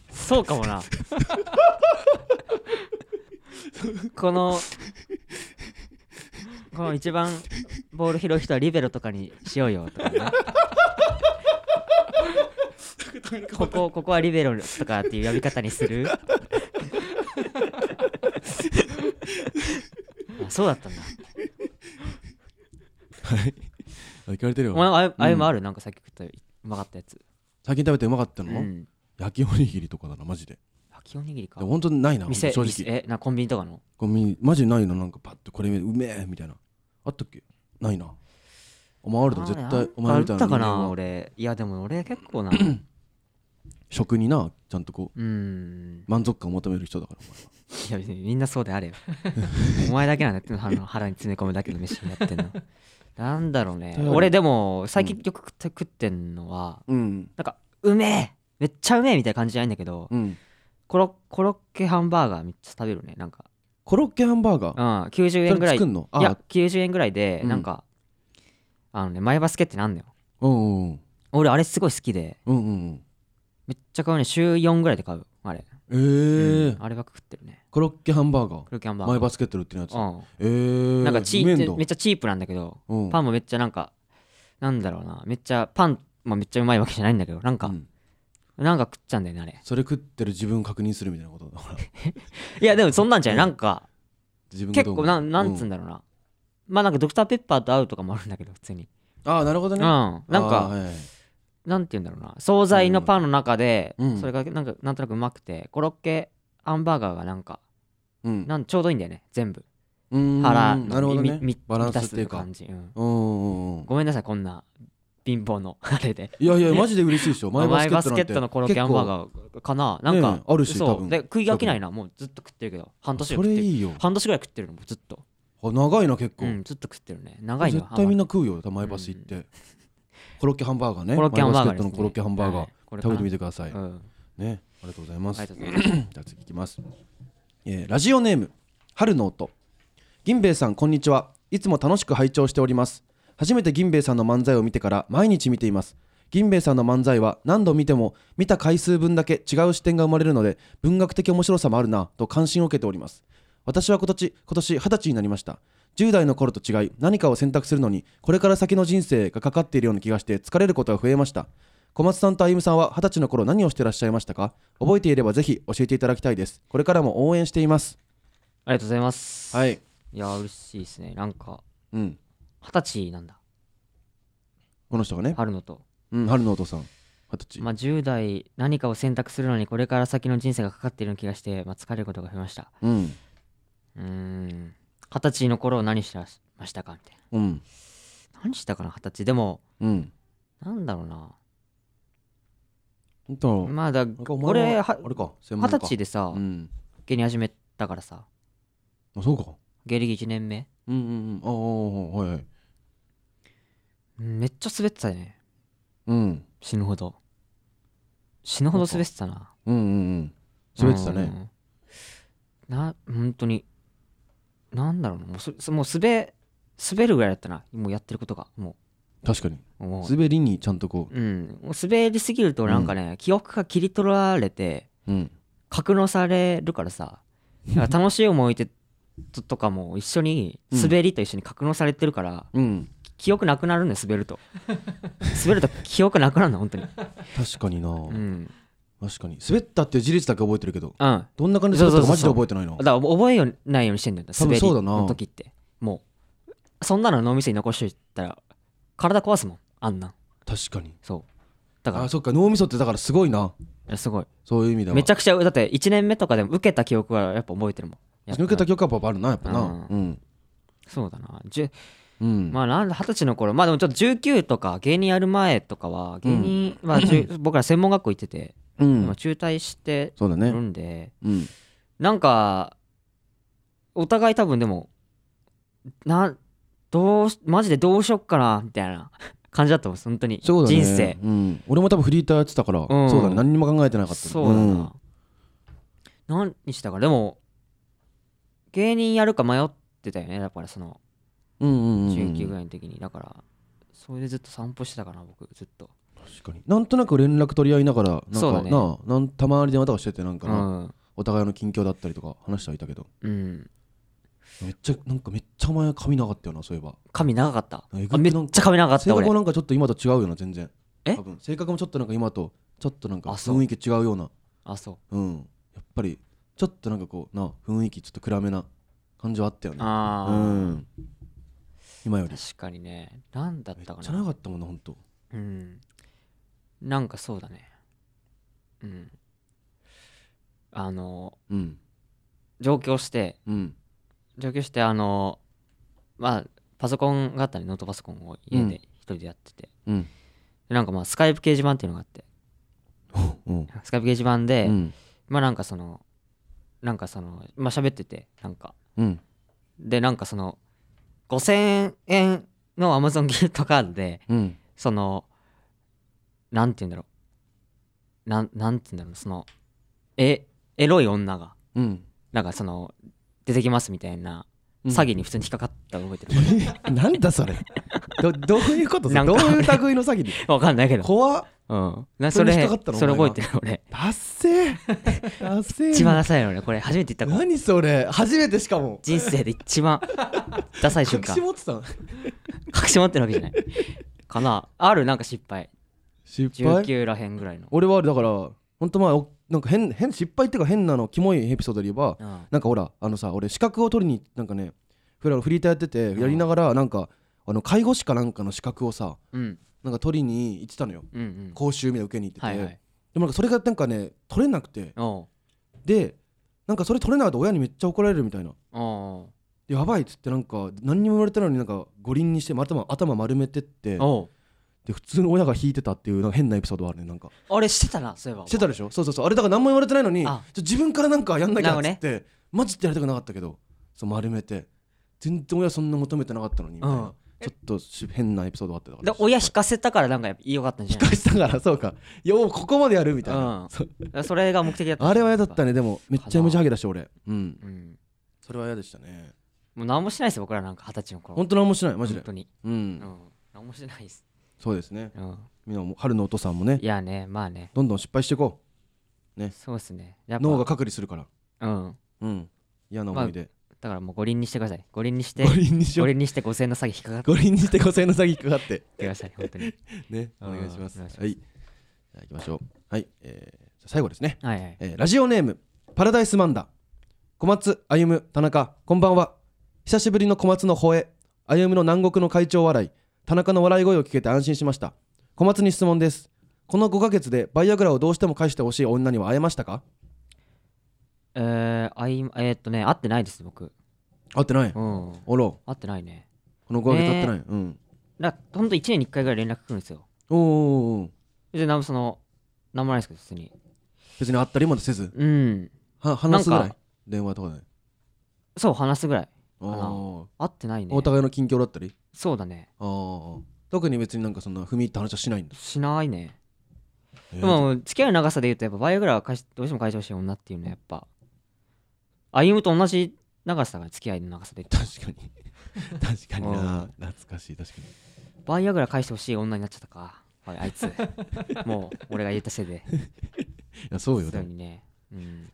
[SPEAKER 2] そうかもなこのこの一番ボール拾う人はリベロとかにしようよとかねここここはリベロとかっていう呼び方にするあそうだったんだ
[SPEAKER 4] はい。あ、いかれてる
[SPEAKER 2] お前
[SPEAKER 4] よ。
[SPEAKER 2] あああいうもある、なんかさっき食ったうまかったやつ、
[SPEAKER 4] 最近食べてうまかった
[SPEAKER 2] う
[SPEAKER 4] の
[SPEAKER 2] ん、
[SPEAKER 4] 焼きおにぎりとかだな、マジで。
[SPEAKER 2] 焼きおにぎりか
[SPEAKER 4] でも本当にないな、
[SPEAKER 2] 店
[SPEAKER 4] 正
[SPEAKER 2] 店
[SPEAKER 4] 直。
[SPEAKER 2] えなコンビニとかの
[SPEAKER 4] ゴミマジないのなんかパッとこれうめえみたいな。あったっけないな。お前あるだろ絶
[SPEAKER 2] あー
[SPEAKER 4] 対お前みたいな
[SPEAKER 2] あったか
[SPEAKER 4] 人間
[SPEAKER 2] な
[SPEAKER 4] は
[SPEAKER 2] 俺いやでも俺結 構な
[SPEAKER 4] 食になちゃんとこう
[SPEAKER 2] うん
[SPEAKER 4] 満足感を求める人だから
[SPEAKER 2] いや別にみんなそうであれよ お前だけなんだってあの腹に詰め込むだけの飯になってんのなんだろうね
[SPEAKER 4] 頼む
[SPEAKER 2] 俺でも最近よく食って食ってんのは
[SPEAKER 4] うん
[SPEAKER 2] なんかうめえめっちゃうめえみたいな感じじゃないんだけど
[SPEAKER 4] うん
[SPEAKER 2] コロコロッケハンバーガーめっちゃ食べるねなんか
[SPEAKER 4] コロッケハンバーガ
[SPEAKER 2] う
[SPEAKER 4] ー
[SPEAKER 2] ん90円
[SPEAKER 4] そ
[SPEAKER 2] ぐ
[SPEAKER 4] れ
[SPEAKER 2] らい
[SPEAKER 4] 作んの
[SPEAKER 2] いや
[SPEAKER 4] あ
[SPEAKER 2] 90円ぐらいで
[SPEAKER 4] うん
[SPEAKER 2] なんか、あのね前バスケってなんだよ
[SPEAKER 4] うんうん
[SPEAKER 2] 俺あれすごい好きで
[SPEAKER 4] うんうん
[SPEAKER 2] めっちゃ買うね週4ぐらいで買うあれ、
[SPEAKER 4] え
[SPEAKER 2] う
[SPEAKER 4] ー
[SPEAKER 2] んあれば食ってるね
[SPEAKER 4] コロッケハンバーガー
[SPEAKER 2] クルキャンバーガ
[SPEAKER 4] マイ
[SPEAKER 2] ー
[SPEAKER 4] バスケットで売ってるやつ
[SPEAKER 2] うん
[SPEAKER 4] えー
[SPEAKER 2] なんかチー
[SPEAKER 4] う
[SPEAKER 2] めっちゃチープなんだけど、
[SPEAKER 4] めんだ
[SPEAKER 2] パンもめっちゃなんかなんだろうなめっちゃパン、まあ、めっちゃうまいわけじゃないんだけどなんか
[SPEAKER 4] う、ん
[SPEAKER 2] なんか食っちゃうんだよねあれ
[SPEAKER 4] それ食ってる自分確認するみたいなことだから
[SPEAKER 2] いやでもそんなんじゃない、
[SPEAKER 4] うん
[SPEAKER 2] なんか
[SPEAKER 4] 自分が
[SPEAKER 2] 結
[SPEAKER 4] どう
[SPEAKER 2] 構
[SPEAKER 4] 思う
[SPEAKER 2] なんなんつうんだろうな、まあなんかドクターペッパーと合うとかもあるんだけど普通に、
[SPEAKER 4] ああなるほど
[SPEAKER 2] うん
[SPEAKER 4] ね
[SPEAKER 2] なんか、
[SPEAKER 4] あーはいはい
[SPEAKER 2] なんて言うんだろうな惣菜のパンの中で、
[SPEAKER 4] うん
[SPEAKER 2] それがなんかなんとなくうまくてコロッケハンバーガーがなんか
[SPEAKER 4] うん
[SPEAKER 2] なんちょうどいいんだよね全部
[SPEAKER 4] うーん
[SPEAKER 2] 腹の
[SPEAKER 4] なるほどね
[SPEAKER 2] みみ
[SPEAKER 4] バランス
[SPEAKER 2] 満たす
[SPEAKER 4] っていうか
[SPEAKER 2] 感じ、うん
[SPEAKER 4] うんうんうん
[SPEAKER 2] ごめんなさいこんな貧乏の あれで
[SPEAKER 4] いやいやマジで嬉しいですよ
[SPEAKER 2] マ
[SPEAKER 4] マ
[SPEAKER 2] イ
[SPEAKER 4] イ
[SPEAKER 2] バス
[SPEAKER 4] バスケ
[SPEAKER 2] ケ
[SPEAKER 4] ッ
[SPEAKER 2] ッ
[SPEAKER 4] トな
[SPEAKER 2] ト
[SPEAKER 4] ん
[SPEAKER 2] のコロッ
[SPEAKER 4] て
[SPEAKER 2] ケハンバー
[SPEAKER 4] ー
[SPEAKER 2] ガーかななんか、
[SPEAKER 4] ねえあるし
[SPEAKER 2] そう
[SPEAKER 4] 多分
[SPEAKER 2] で食い飽きないなもうずっと食ってるけど半年ぐ
[SPEAKER 4] そ
[SPEAKER 2] らい食
[SPEAKER 4] れ
[SPEAKER 2] ってる
[SPEAKER 4] いいよ
[SPEAKER 2] 半年ぐらい食ってるのもうずっと
[SPEAKER 4] あ長いな結
[SPEAKER 2] う
[SPEAKER 4] 構
[SPEAKER 2] んずっと食ってるね長いよ
[SPEAKER 4] 絶対みん
[SPEAKER 2] な
[SPEAKER 4] な食うよマイバス行ってコロッケハンバーガーね
[SPEAKER 2] コロッケハンバーガー
[SPEAKER 4] マイバスケットのコロッケハンバーガー食べてみてください
[SPEAKER 2] ださいうん
[SPEAKER 4] ねありがとうございます
[SPEAKER 2] ありがとうございます
[SPEAKER 4] じゃあ次いきます、えーラジオネーム春の音銀兵衛さんこんにちはいつも楽しく拝聴しております初めて銀兵衛さんの漫才を見てから毎日見ています銀兵衛さんの漫才は何度見ても見た回数分だけ違う視点が生まれるので文学的面白さもあるなと関心を受けております私は今年今年20歳になりました10代の頃と違い何かを選択するのにこれから先の人生がかかっているような気がして疲れることが増えました小松さんと歩夢さんは20歳の頃何をしてらっしゃいましたか覚えていればぜひ教えていただきたいですこれからも応援しています
[SPEAKER 2] ありがとうございます
[SPEAKER 4] はいい
[SPEAKER 2] や嬉しいですねなんか
[SPEAKER 4] うん
[SPEAKER 2] 二十歳なんだ
[SPEAKER 4] この人がね、
[SPEAKER 2] 春野と
[SPEAKER 4] うん、春のお父さん二十歳、
[SPEAKER 2] まあ10代何かを選択するのにこれから先の人生がかかっているような気がして、まあ、疲れることが増えました
[SPEAKER 4] うん
[SPEAKER 2] うーん二十歳の頃何してましたかみたい
[SPEAKER 4] うん
[SPEAKER 2] な何したかな二十歳でも
[SPEAKER 4] うん
[SPEAKER 2] なんだろうな
[SPEAKER 4] ほんと
[SPEAKER 2] まあだ
[SPEAKER 4] なんかお前は
[SPEAKER 2] 俺は
[SPEAKER 4] あれか専
[SPEAKER 2] 二
[SPEAKER 4] 門
[SPEAKER 2] 十
[SPEAKER 4] 家
[SPEAKER 2] 歳でさ
[SPEAKER 4] うん
[SPEAKER 2] 芸人始めたからさ
[SPEAKER 4] あそうか
[SPEAKER 2] 芸歴1年目
[SPEAKER 4] うんうんうんああはいはい
[SPEAKER 2] うんめっちゃ滑ってたね
[SPEAKER 4] うん
[SPEAKER 2] 死ぬほど死ぬほど滑ってたな
[SPEAKER 4] うんうんうん滑ってたね
[SPEAKER 2] うんな本当になんだろうなもうそそもう滑滑るぐらいだったなもうやってることがも
[SPEAKER 4] 確かに
[SPEAKER 2] うもう
[SPEAKER 4] 滑りにちゃんとこ
[SPEAKER 2] うん、もう滑りすぎるとなんかね、記憶が切り取られて
[SPEAKER 4] ううん
[SPEAKER 2] 格納されるからさ だから楽しい思い出ととかも一緒に
[SPEAKER 4] うん
[SPEAKER 2] 滑りと一緒に格納されてるから、
[SPEAKER 4] うん
[SPEAKER 2] 記憶なくなるんだよ滑 ると滑ると記憶なくなるの本当に
[SPEAKER 4] 確かにな、
[SPEAKER 2] うん、
[SPEAKER 4] 確かに滑ったっていう事実だけ覚えてるけど
[SPEAKER 2] うん、
[SPEAKER 4] どんな感じで滑ったか
[SPEAKER 2] そうそう
[SPEAKER 4] マジ
[SPEAKER 2] そ
[SPEAKER 4] で
[SPEAKER 2] う
[SPEAKER 4] 覚えてないな
[SPEAKER 2] だから覚えようないようにしてんだよ
[SPEAKER 4] 多分
[SPEAKER 2] 滑り
[SPEAKER 4] そうだな
[SPEAKER 2] の時ってもうそんなの脳みそに残しといたら体壊すもんあんなん
[SPEAKER 4] 確かに
[SPEAKER 2] そうだ
[SPEAKER 4] あ
[SPEAKER 2] か
[SPEAKER 4] そっか脳みそってだからすごいな
[SPEAKER 2] らすごい
[SPEAKER 4] そういう意味では
[SPEAKER 2] めちゃくちゃだって1年目とかでも受けた記憶はやっぱ覚えてるもんやっぱ
[SPEAKER 4] 抜けた曲はやっぱあるなやっぱな
[SPEAKER 2] う
[SPEAKER 4] うん
[SPEAKER 2] そうだなじゅ
[SPEAKER 4] うん
[SPEAKER 2] まあなんだ二十歳の頃まあでもちょっと19とか芸人やる前とかは芸人は、じ ゅ僕ら専門学校行ってて、
[SPEAKER 4] う
[SPEAKER 2] 今
[SPEAKER 4] ん
[SPEAKER 2] 中退して
[SPEAKER 4] そうだ
[SPEAKER 2] る
[SPEAKER 4] ね
[SPEAKER 2] んで
[SPEAKER 4] うん
[SPEAKER 2] なんかお互い多分でもなどうしマジでどうしよっかなみたいな 感じだったもん本当に
[SPEAKER 4] そうだね
[SPEAKER 2] 人生
[SPEAKER 4] うん俺も多分フリーターやってたから
[SPEAKER 2] ん
[SPEAKER 4] そうだね何にも考えてなかった
[SPEAKER 2] そうだ
[SPEAKER 4] ん
[SPEAKER 2] な、何したかでも芸人やるか迷ってたよねだからその
[SPEAKER 4] うんうんうんうん
[SPEAKER 2] 19ぐらいの時にだからそれでずっと散歩してたかな僕ずっと
[SPEAKER 4] 確かになんとなく連絡取り合いながらな
[SPEAKER 2] そうんだ
[SPEAKER 4] か
[SPEAKER 2] ね
[SPEAKER 4] ななんたまに電話とかしててなんか
[SPEAKER 2] う
[SPEAKER 4] なんお互いの近況だったりとか話してはいたけど
[SPEAKER 2] うん
[SPEAKER 4] めっちゃなんかめっちゃお前髪なかったよなそういえば
[SPEAKER 2] 髪長かった
[SPEAKER 4] えぐく
[SPEAKER 2] あめっちゃ髪長かっ
[SPEAKER 4] 性
[SPEAKER 2] た
[SPEAKER 4] 格
[SPEAKER 2] 俺
[SPEAKER 4] もなんかちょっと今と違うよな全然
[SPEAKER 2] え
[SPEAKER 4] 多分性格もちょっとなんか今とちょっとなんか
[SPEAKER 2] あそう
[SPEAKER 4] 雰囲気違うような
[SPEAKER 2] あそう
[SPEAKER 4] うんやっぱりちょっとなんかこうな雰囲気ちょっと暗めな感じはあったよね
[SPEAKER 2] あ
[SPEAKER 4] う
[SPEAKER 2] あ、
[SPEAKER 4] ん今より
[SPEAKER 2] 確かにね何だっ
[SPEAKER 4] めった
[SPEAKER 2] か
[SPEAKER 4] ち
[SPEAKER 2] な
[SPEAKER 4] ゃ長かったもんな本当
[SPEAKER 2] うん。なんかそうだね。うん。あの、
[SPEAKER 4] うん
[SPEAKER 2] 上京して、
[SPEAKER 4] うん
[SPEAKER 2] 上京して、あの、まあ、パソコンがあったり、ノートパソコンを家で人でやってて
[SPEAKER 4] うん
[SPEAKER 2] でなんかまあスカイプ掲示板っていうのがあって
[SPEAKER 4] うん
[SPEAKER 2] スカイプ掲示板で、
[SPEAKER 4] うん
[SPEAKER 2] まあなんかそのなんかそのまあ喋っててなんか
[SPEAKER 4] うん
[SPEAKER 2] でなんかその5000円の Amazon ギフトカードで
[SPEAKER 4] うん
[SPEAKER 2] そのなんて言うんだろうなんなんて言うんだろうそのえエロい女が
[SPEAKER 4] うん
[SPEAKER 2] なんかその出てきますみたいな
[SPEAKER 4] うん
[SPEAKER 2] 詐欺に普通に引っかかったの覚えてる、
[SPEAKER 4] なんだそれどどういうことそ
[SPEAKER 2] な
[SPEAKER 4] れ
[SPEAKER 2] んか
[SPEAKER 4] どういう類の詐欺で
[SPEAKER 2] わかんないけど
[SPEAKER 4] 怖っ
[SPEAKER 2] うんな
[SPEAKER 4] そ
[SPEAKER 2] そ
[SPEAKER 4] れ
[SPEAKER 2] れ
[SPEAKER 4] に
[SPEAKER 2] そ
[SPEAKER 4] 引っかかったの
[SPEAKER 2] れ
[SPEAKER 4] お
[SPEAKER 2] 覚
[SPEAKER 4] 前は
[SPEAKER 2] えてる俺
[SPEAKER 4] 達成達成
[SPEAKER 2] 一番ダサいのねこれ初めて言ったかも
[SPEAKER 4] 何それ初めてしかも
[SPEAKER 2] 人生で一番ダサい瞬
[SPEAKER 4] 隠
[SPEAKER 2] 間
[SPEAKER 4] し持ってたの
[SPEAKER 2] 隠し持ってるわけじゃないかなあるなんか失敗
[SPEAKER 4] 失敗
[SPEAKER 2] 19らへんぐらいの
[SPEAKER 4] 俺はだからほんとまあおなんか変変失敗っていうか変なのキモいエピソードで言えば
[SPEAKER 2] うん
[SPEAKER 4] なんかほらあのさ俺資格を取りになんかねフラのフリーターやってて
[SPEAKER 2] ん
[SPEAKER 4] やりながらなんかあの介護士かなんかの資格をさ
[SPEAKER 2] うん
[SPEAKER 4] なんか取りに行ってたのよ
[SPEAKER 2] うんうん
[SPEAKER 4] 講習みたいなの受けに行ってて、
[SPEAKER 2] はいはい
[SPEAKER 4] でもなんかそれがなんかね取れなくて
[SPEAKER 2] おう
[SPEAKER 4] でなんかそれ取れなかったら親にめっちゃ怒られるみたいな
[SPEAKER 2] お
[SPEAKER 4] でやばいっつってなんか何にも言われてないのになんか五輪にして頭頭丸めてって
[SPEAKER 2] うおう
[SPEAKER 4] で普通の親が引いてたっていうなんか変なエピソードはあるねなんか
[SPEAKER 2] あれしてたなそういえば
[SPEAKER 4] してたでしょそうそうそうあれだから何も言われてないのにちょ
[SPEAKER 2] あ
[SPEAKER 4] っと自分からなんかやんなきゃっ
[SPEAKER 2] な
[SPEAKER 4] つ
[SPEAKER 2] る
[SPEAKER 4] っ
[SPEAKER 2] ほ
[SPEAKER 4] て、マジでやりたくなかったけどそう丸めて全然親そんな求めてなかったのにみたいな、
[SPEAKER 2] うん
[SPEAKER 4] ちょっとし変なエピソードがあったから
[SPEAKER 2] で親引かせたからなんかやっぱ良かったんじゃない
[SPEAKER 4] 返したからそうかようここまでやるみたいな、
[SPEAKER 2] うん
[SPEAKER 4] そう
[SPEAKER 2] だからそれが目的だった
[SPEAKER 4] あれは嫌だったねでもめっちゃ無茶ハゲだし俺うん
[SPEAKER 2] うん
[SPEAKER 4] それは嫌でしたね
[SPEAKER 2] もう何もしないですよ僕らなんか二十歳の頃
[SPEAKER 4] 本当何もしないマジ
[SPEAKER 2] 本
[SPEAKER 4] で
[SPEAKER 2] 当に
[SPEAKER 4] うん、
[SPEAKER 2] うん何もしないです
[SPEAKER 4] そうですね
[SPEAKER 2] うん
[SPEAKER 4] みんなも春のお父さんもね
[SPEAKER 2] いやねまあね
[SPEAKER 4] どんどん失敗していこ
[SPEAKER 2] そうですね
[SPEAKER 4] う
[SPEAKER 2] やっぱ
[SPEAKER 4] 脳が隔離するから
[SPEAKER 2] うん
[SPEAKER 4] うん嫌な思い出、
[SPEAKER 2] だからもう五輪にしてください五輪にして
[SPEAKER 4] 五輪にしよ
[SPEAKER 2] 五
[SPEAKER 4] う
[SPEAKER 2] 輪にして5000の詐欺引っかかって
[SPEAKER 4] 五輪にして5000円の詐欺引っかかって
[SPEAKER 2] ください本当に
[SPEAKER 4] ね、お
[SPEAKER 2] うん
[SPEAKER 4] 願いします。
[SPEAKER 2] お願いします
[SPEAKER 4] はい、じゃあ行きましょう。はい、えーじゃあ最後ですね、
[SPEAKER 2] はいはい
[SPEAKER 4] えーラジオネームパラダイスマンダ小松歩む田中こんばんは。久しぶりの小松の吠え、歩むの南国の会長笑い、田中の笑い声を聞けて安心しました。小松に質問です。この5ヶ月でバイアグラをどうしても返してほしい女には会えましたか？
[SPEAKER 2] えーあいえーっとね会ってないです僕
[SPEAKER 4] 会ってない。
[SPEAKER 2] うん
[SPEAKER 4] おろ、
[SPEAKER 2] 会ってないね
[SPEAKER 4] この5ヶ月会ってない。うん。
[SPEAKER 2] だからほんと1年に1回ぐらい連絡来るんですよ
[SPEAKER 4] おーおーおー
[SPEAKER 2] 別に何もその何もないですけど普通に
[SPEAKER 4] 別に会ったりもせず、
[SPEAKER 2] うん
[SPEAKER 4] は話すぐら
[SPEAKER 2] なん
[SPEAKER 4] い電話とかで。
[SPEAKER 2] そう話すぐらい
[SPEAKER 4] おおー。
[SPEAKER 2] 会ってないね
[SPEAKER 4] お互いの近況だったり。
[SPEAKER 2] そうだね
[SPEAKER 4] ああ特に別になんかそんな踏み入った話はしないんだ、
[SPEAKER 2] しないね
[SPEAKER 4] えー
[SPEAKER 2] でも付き合いの長さで言うとやっぱバイアグラは返しどうしても返してほしい女っていうのはやっぱ歩むと同じ長さだから付き合いの長さで言うと
[SPEAKER 4] 確かに確かにな懐かしい確かに
[SPEAKER 2] バイアグラ返してほしい女になっちゃったかああい つもう俺が言ったせいで
[SPEAKER 4] いやそうよ
[SPEAKER 2] 普通
[SPEAKER 4] ね
[SPEAKER 2] にね、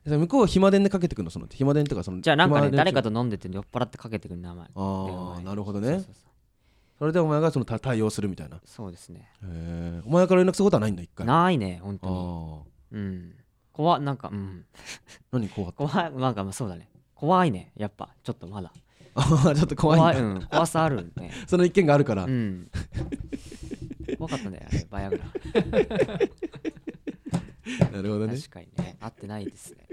[SPEAKER 2] うん、
[SPEAKER 4] 向こうは暇電でかけてくるのその暇電とかその
[SPEAKER 2] じゃあなんか
[SPEAKER 4] 暇
[SPEAKER 2] ね
[SPEAKER 4] 電
[SPEAKER 2] 誰か
[SPEAKER 4] と
[SPEAKER 2] と飲んでて酔っ払ってかけてくる名前
[SPEAKER 4] ああなるほどね
[SPEAKER 2] そう
[SPEAKER 4] そ
[SPEAKER 2] そうそう
[SPEAKER 4] れでお前がそのた対応するみたいなへ
[SPEAKER 2] そうですね
[SPEAKER 4] えお前から連絡することはないんだ一回あ
[SPEAKER 2] ないね本
[SPEAKER 4] あ
[SPEAKER 2] 当にうん怖っなんかうん
[SPEAKER 4] 何怖かった
[SPEAKER 2] 怖いなんかまあそうだね怖いねやっぱちょっとまだ
[SPEAKER 4] ああ ちょっと怖いんだ
[SPEAKER 2] うん、怖さある ね
[SPEAKER 4] その一件があるから、
[SPEAKER 2] うん怖かったねあれバイアグラ
[SPEAKER 4] なるほどね
[SPEAKER 2] 確かにね合ってないですね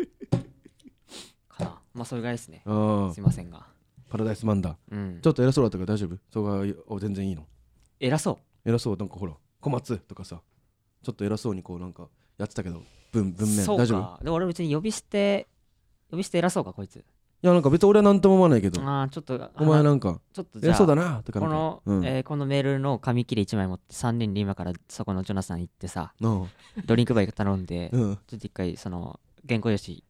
[SPEAKER 2] かなまあそれぐらいですね
[SPEAKER 4] あ
[SPEAKER 2] すい
[SPEAKER 4] あ
[SPEAKER 2] ませんが
[SPEAKER 4] パラダイスマンダー
[SPEAKER 2] うん
[SPEAKER 4] ちょっと偉そうだったけど大丈夫そこがお全然いいの
[SPEAKER 2] 偉そ
[SPEAKER 4] 偉そうなんかほら小松とかさちょっと偉そうにこうなんかやってたけど文
[SPEAKER 2] う
[SPEAKER 4] 文面
[SPEAKER 2] そう
[SPEAKER 4] 大丈夫い
[SPEAKER 2] かでも俺別に呼び捨て呼び捨て偉そうかこいつ
[SPEAKER 4] やなんか別に俺は何とも思わないけど
[SPEAKER 2] ああちょっと
[SPEAKER 4] お前
[SPEAKER 2] あ
[SPEAKER 4] なんか
[SPEAKER 2] ちょっとじゃ
[SPEAKER 4] 偉そうだ
[SPEAKER 2] あ
[SPEAKER 4] なとか
[SPEAKER 2] こ
[SPEAKER 4] なんか
[SPEAKER 2] の、
[SPEAKER 4] うん
[SPEAKER 2] えーこのメールの紙切れ1枚持って3人で今からそこのジョナサン行ってさ
[SPEAKER 4] うん
[SPEAKER 2] ドリンクバー頼んで
[SPEAKER 4] うん
[SPEAKER 2] ちょっと一回その原稿用紙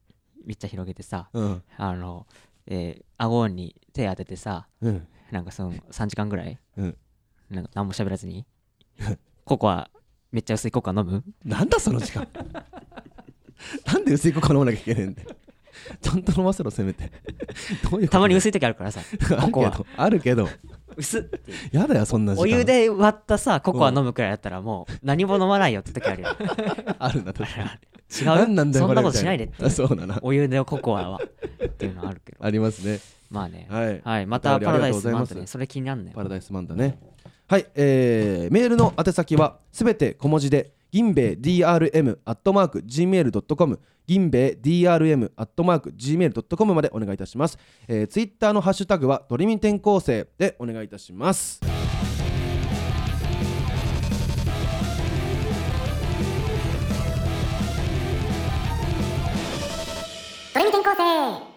[SPEAKER 2] めっちゃ広げてさ
[SPEAKER 4] うん
[SPEAKER 2] あの、えー、顎に手当ててさ
[SPEAKER 4] うん
[SPEAKER 2] なんかその3時間ぐらい、
[SPEAKER 4] うん
[SPEAKER 2] なんか何も喋らず にココアめっちゃ薄いココア飲む
[SPEAKER 4] なんだその時間 なんで薄い子飲まなきゃいけねえんだよちゃんと飲ませろせめて どういうこと
[SPEAKER 2] たまに薄い時あるからさ
[SPEAKER 4] あ
[SPEAKER 2] コ
[SPEAKER 4] る
[SPEAKER 2] コア
[SPEAKER 4] けどあるけど
[SPEAKER 2] 薄っていう
[SPEAKER 4] やだよそんな時間
[SPEAKER 2] お湯で割ったさココア飲むくらいだったらもう 何も飲まないよって時あるよ
[SPEAKER 4] あるな 確かに
[SPEAKER 2] 違う
[SPEAKER 4] 何なんだよ
[SPEAKER 2] そんな
[SPEAKER 4] こ
[SPEAKER 2] こ
[SPEAKER 4] れ
[SPEAKER 2] としないでって
[SPEAKER 4] あ そうだな
[SPEAKER 2] お湯でココアはっていうのはあるけど
[SPEAKER 4] ありますね
[SPEAKER 2] まあね
[SPEAKER 4] はい
[SPEAKER 2] はいま
[SPEAKER 4] お
[SPEAKER 2] た
[SPEAKER 4] 便りあ
[SPEAKER 2] パ
[SPEAKER 4] り
[SPEAKER 2] ラダ
[SPEAKER 4] がとう
[SPEAKER 2] イ
[SPEAKER 4] ご
[SPEAKER 2] ス
[SPEAKER 4] ざい
[SPEAKER 2] マ
[SPEAKER 4] ま
[SPEAKER 2] ン
[SPEAKER 4] す
[SPEAKER 2] トねそれ気になんね
[SPEAKER 4] パラダイスマンだね。はい、えー、メールの宛先はすべて小文字で、銀兵衛 DRM アットマーク Gmail.com、銀兵衛 DRM アットマーク Gmail.com までお願いいたします。えー、ツイッターのハッシュタグはドリミ転校生でお願いいたします。
[SPEAKER 6] ドレミ転校生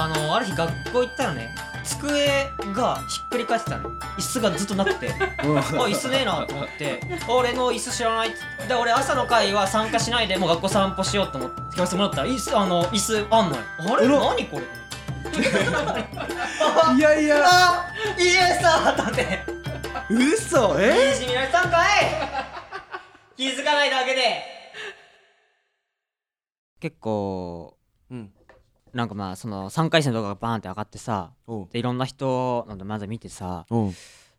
[SPEAKER 2] あのある日学校行ったらね机がひっくり返ってたの椅子がずっとなくてあ椅子ねえなと思ってあ俺の椅子知らないっつってで俺朝の会は参加しないでもう学校散歩しようと思って聞かせてもらったら椅子あの椅子あんのよあれ何 これあ
[SPEAKER 1] いやいや
[SPEAKER 2] あ家さと思って
[SPEAKER 1] 嘘え
[SPEAKER 2] いじめられたんかい気づかないだけで結構
[SPEAKER 4] うん
[SPEAKER 2] なんかまあその3回戦の動画がバーンって上がってさ
[SPEAKER 4] おう
[SPEAKER 2] でいろんな人の漫才見てさ
[SPEAKER 4] おう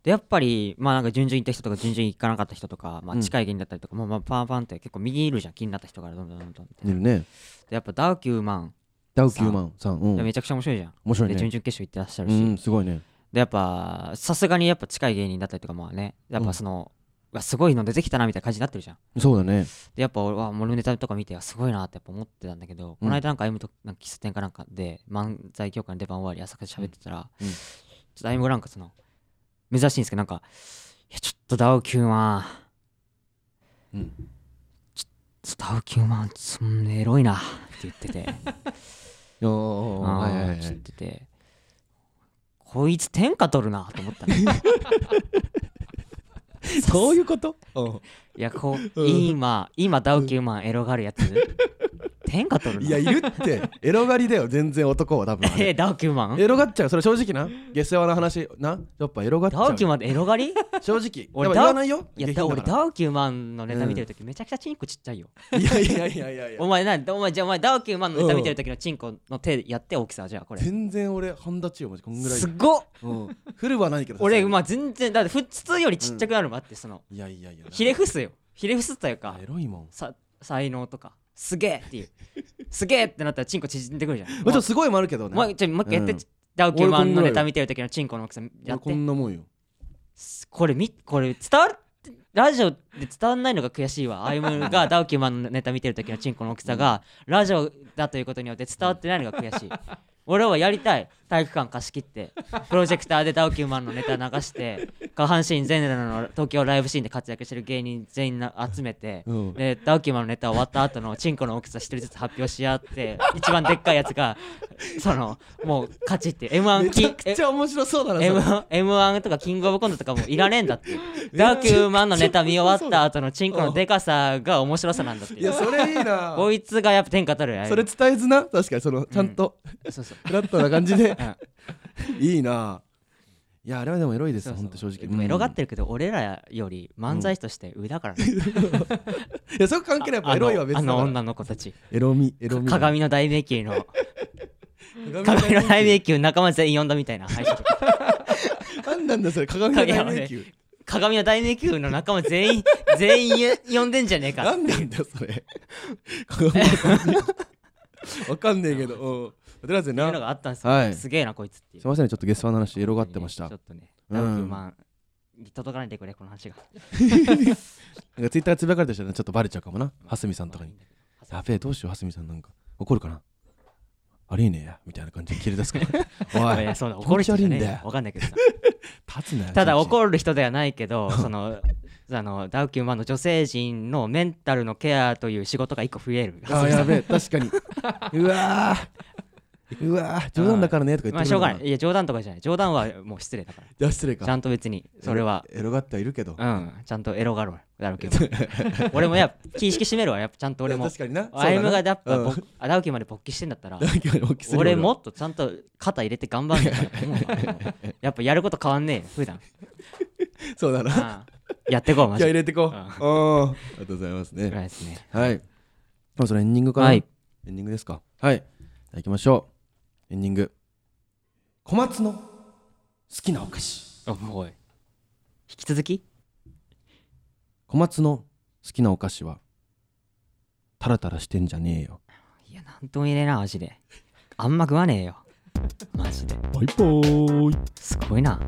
[SPEAKER 2] でやっぱりまあなんか順々行った人とか順々行かなかった人とか、まあ、
[SPEAKER 4] うん
[SPEAKER 2] 近い芸人だったりとか、もうまあパンパンって結構右にいるじゃん気になった人からどんどんどんどんみたい
[SPEAKER 4] い
[SPEAKER 2] な
[SPEAKER 4] るね
[SPEAKER 2] でやっぱダウキューマン、
[SPEAKER 4] ダウ9万さんうん
[SPEAKER 2] めちゃくちゃ面白いじゃん、
[SPEAKER 4] 面白
[SPEAKER 2] で
[SPEAKER 4] い
[SPEAKER 2] 準
[SPEAKER 4] ね
[SPEAKER 2] 々決勝行ってらっしゃる
[SPEAKER 4] う
[SPEAKER 2] し、
[SPEAKER 4] んすごいね
[SPEAKER 2] でやっぱさすがにやっぱ近い芸人だったりとかまあねやっぱその、うわすごいの出てきたなみたいな感じになってるじゃん
[SPEAKER 4] そうだね
[SPEAKER 2] でやっぱ俺は俺のネタとか見てあすごいなってやっぱ思ってたんだけど、
[SPEAKER 4] うん
[SPEAKER 2] この間なんか M となんか喫茶店かなんかで漫才協会の出番終わり朝から喋ってたら、
[SPEAKER 4] うんうん
[SPEAKER 2] ちょっと M がなんかその珍しいんですけどなんか「いやちょっとダウキューマン、
[SPEAKER 4] うん
[SPEAKER 2] ちょちょっとダウキューマンそんエロいな」って言ってて
[SPEAKER 4] お お
[SPEAKER 2] あ
[SPEAKER 4] はいはいは
[SPEAKER 2] ー言っ
[SPEAKER 4] い
[SPEAKER 2] ててこいつ天下取るなと思 ったね
[SPEAKER 4] そういうこと
[SPEAKER 2] いやこう今今ダウキューマンエロがあるやつ天下取るない
[SPEAKER 4] やいるってエロ狩りだよ全然男は多分あ
[SPEAKER 2] え
[SPEAKER 4] れ
[SPEAKER 2] ー、ダウキューマン
[SPEAKER 4] エロがっちゃうそれ正直な下世話な話なやっぱエロがっちゃ
[SPEAKER 2] ダウキュー
[SPEAKER 4] う
[SPEAKER 2] マンってエロ狩り
[SPEAKER 4] 正直
[SPEAKER 2] 俺
[SPEAKER 4] やっぱ言わないよ
[SPEAKER 2] いや
[SPEAKER 4] 下
[SPEAKER 2] だ
[SPEAKER 4] 品
[SPEAKER 2] 俺
[SPEAKER 4] だか
[SPEAKER 2] ダウキューマンのネタ見てるときめちゃくちゃチンコちっちゃいよ、
[SPEAKER 4] らいや いやいやいやいや
[SPEAKER 2] お前なんお前じゃあお前ダウキューマンのネタ見てるときのチンコの手やって大きさじゃあこれ
[SPEAKER 4] 全然俺半立ちよマジこんぐらい
[SPEAKER 2] すごっ
[SPEAKER 4] うんフルはないけど
[SPEAKER 2] 俺ま
[SPEAKER 4] い
[SPEAKER 2] あ全然だって普通よりちっちゃくなるもんあってその
[SPEAKER 4] いやいやいや
[SPEAKER 2] ひれ伏すよひれ伏すというか
[SPEAKER 4] エロいもん
[SPEAKER 2] さ才能とかすげえっていうすげえってなったらチンコ縮んでくるじゃん
[SPEAKER 4] もちろんすごいもあるけど
[SPEAKER 2] お前
[SPEAKER 4] ね
[SPEAKER 2] ちょもう一回やって、
[SPEAKER 4] うん
[SPEAKER 2] ダウキューマンの
[SPEAKER 4] 俺こんぐらい
[SPEAKER 2] ネタ見てるときのチンコの大きさや
[SPEAKER 4] 俺
[SPEAKER 2] って
[SPEAKER 4] こんなもんよ
[SPEAKER 2] これみこれ伝わるラジオで伝わんないのが悔しいわ。アイム がダウキューマンのネタ見てる時のチンコの大きさがラジオだということによって伝わってないのが悔しい。俺はやりたい体育館貸し切ってプロジェクターでダウキューマンのネタ流して下半身全裸の東京ライブシーンで活躍してる芸人全員な集めて、
[SPEAKER 4] うん
[SPEAKER 2] でダウキューマンのネタ終わった後のチンコの大きさ一人ずつ発表し合って一番でっかいやつがそのもう勝ちっていう M1
[SPEAKER 4] めち
[SPEAKER 2] 金
[SPEAKER 4] ゃくちゃ面白そうだなそれ
[SPEAKER 2] M- M1 とかキングオブコントとかもいらねえんだ っていうダーキューマンのネタ見終わった後のチンコのデカさが面白さなんだって
[SPEAKER 4] い
[SPEAKER 2] い
[SPEAKER 4] や
[SPEAKER 2] う
[SPEAKER 4] それいいな
[SPEAKER 2] こいつがやっぱ天下取るよ
[SPEAKER 4] それ伝えずな確かにそのちゃんと
[SPEAKER 2] そうそう
[SPEAKER 4] フラットな感じでいいないやあれはでもエロいです
[SPEAKER 2] そうそう
[SPEAKER 4] 本当正直
[SPEAKER 2] でもエロがっててるけど俺らより漫才師として上だからね
[SPEAKER 4] いやそこ関 係ないやっぱエロいは別
[SPEAKER 2] あ
[SPEAKER 4] だ
[SPEAKER 2] のあの
[SPEAKER 4] から
[SPEAKER 2] 女の子たち
[SPEAKER 4] エロみエロみ
[SPEAKER 2] 鏡の大迷宮の鏡の大迷宮仲間全員呼んだみたいな配 信
[SPEAKER 4] 何なんだそれ鏡の大迷
[SPEAKER 2] いや
[SPEAKER 4] 宮
[SPEAKER 2] 鏡の大迷宮の仲間全員全員呼んでんじゃねえか
[SPEAKER 4] 何なんだよそれ 鏡の大迷宮わかんねえ けどうんとりあえず
[SPEAKER 2] っていうの
[SPEAKER 4] な
[SPEAKER 2] があったんですよ、
[SPEAKER 4] はい
[SPEAKER 2] すげえなこいつっていう
[SPEAKER 4] すいませんねちょっとゲスの話エロがってました
[SPEAKER 2] ち
[SPEAKER 4] な
[SPEAKER 2] ょっとね、
[SPEAKER 4] うん
[SPEAKER 2] ダウキューマンに届かないでくれ、この話が。
[SPEAKER 4] んかツイッターつぶやかれた人ねちょっとバレちゃうかもな蓮見さんとかにやべえどうしよう蓮見さんなんか怒るかなありえねえやみたいな感じで切り出すから お
[SPEAKER 2] い
[SPEAKER 4] い
[SPEAKER 2] やそうだ、
[SPEAKER 4] 気
[SPEAKER 2] 怒
[SPEAKER 4] 持
[SPEAKER 2] る
[SPEAKER 4] ち
[SPEAKER 2] 人
[SPEAKER 4] 悪
[SPEAKER 2] じ
[SPEAKER 4] い
[SPEAKER 2] ゃ
[SPEAKER 4] ん
[SPEAKER 2] ねえ
[SPEAKER 4] だ
[SPEAKER 2] よ
[SPEAKER 4] よ
[SPEAKER 2] わかんないけ どさ。
[SPEAKER 4] 立つなよ
[SPEAKER 2] ただ
[SPEAKER 4] 一日
[SPEAKER 2] 怒る人ではないけど、 その、あの、ダウキューマンの女性陣のメンタルのケアという仕事が一個増える。
[SPEAKER 4] あーやべえ確かにうわーうわー冗談だからねとか言
[SPEAKER 2] ま
[SPEAKER 4] っ
[SPEAKER 2] あ、
[SPEAKER 4] て
[SPEAKER 2] しょうが
[SPEAKER 4] い
[SPEAKER 2] ない。いや、冗談とかじゃない。冗談はもう失礼だから。
[SPEAKER 4] や失礼
[SPEAKER 2] ちゃ
[SPEAKER 4] か
[SPEAKER 2] んと別に、それ は。
[SPEAKER 4] エロがってはいるけど
[SPEAKER 2] うん、ちゃんとエロがあるわダウキューマン。俺もやっぱ、気意識締めるわ、やっぱちゃんと俺
[SPEAKER 4] いや
[SPEAKER 2] も。
[SPEAKER 4] 確かにな
[SPEAKER 2] アイムが
[SPEAKER 4] だ
[SPEAKER 2] やっぱ、
[SPEAKER 4] うん
[SPEAKER 2] ぼあダウキューマンで勃起してんだったら、
[SPEAKER 4] 大 きすぎる
[SPEAKER 2] 俺もっとちゃんと肩入れて頑張んねえからと 思うわやっぱやること変わんねえよ普段
[SPEAKER 4] そうだな
[SPEAKER 2] ああやってこうマ ジ
[SPEAKER 4] 気合い
[SPEAKER 2] で
[SPEAKER 4] 入れてこうう
[SPEAKER 2] う
[SPEAKER 4] ん
[SPEAKER 2] ん
[SPEAKER 4] ありがとうございます
[SPEAKER 2] ぐら
[SPEAKER 4] ね
[SPEAKER 2] いですね
[SPEAKER 4] はいまあそれエンディングかな
[SPEAKER 2] は
[SPEAKER 4] エ
[SPEAKER 2] い
[SPEAKER 4] ンディングですかはいじゃあ行きましょうエンディング小松の好きなお菓子
[SPEAKER 2] おもうおい引き続き
[SPEAKER 4] 小松の好きなお菓子はタラタラしてんじゃねえよ
[SPEAKER 2] いやなんとも言えねえなマジであんま食わねえよマジで
[SPEAKER 4] バイバーイ
[SPEAKER 2] すごいな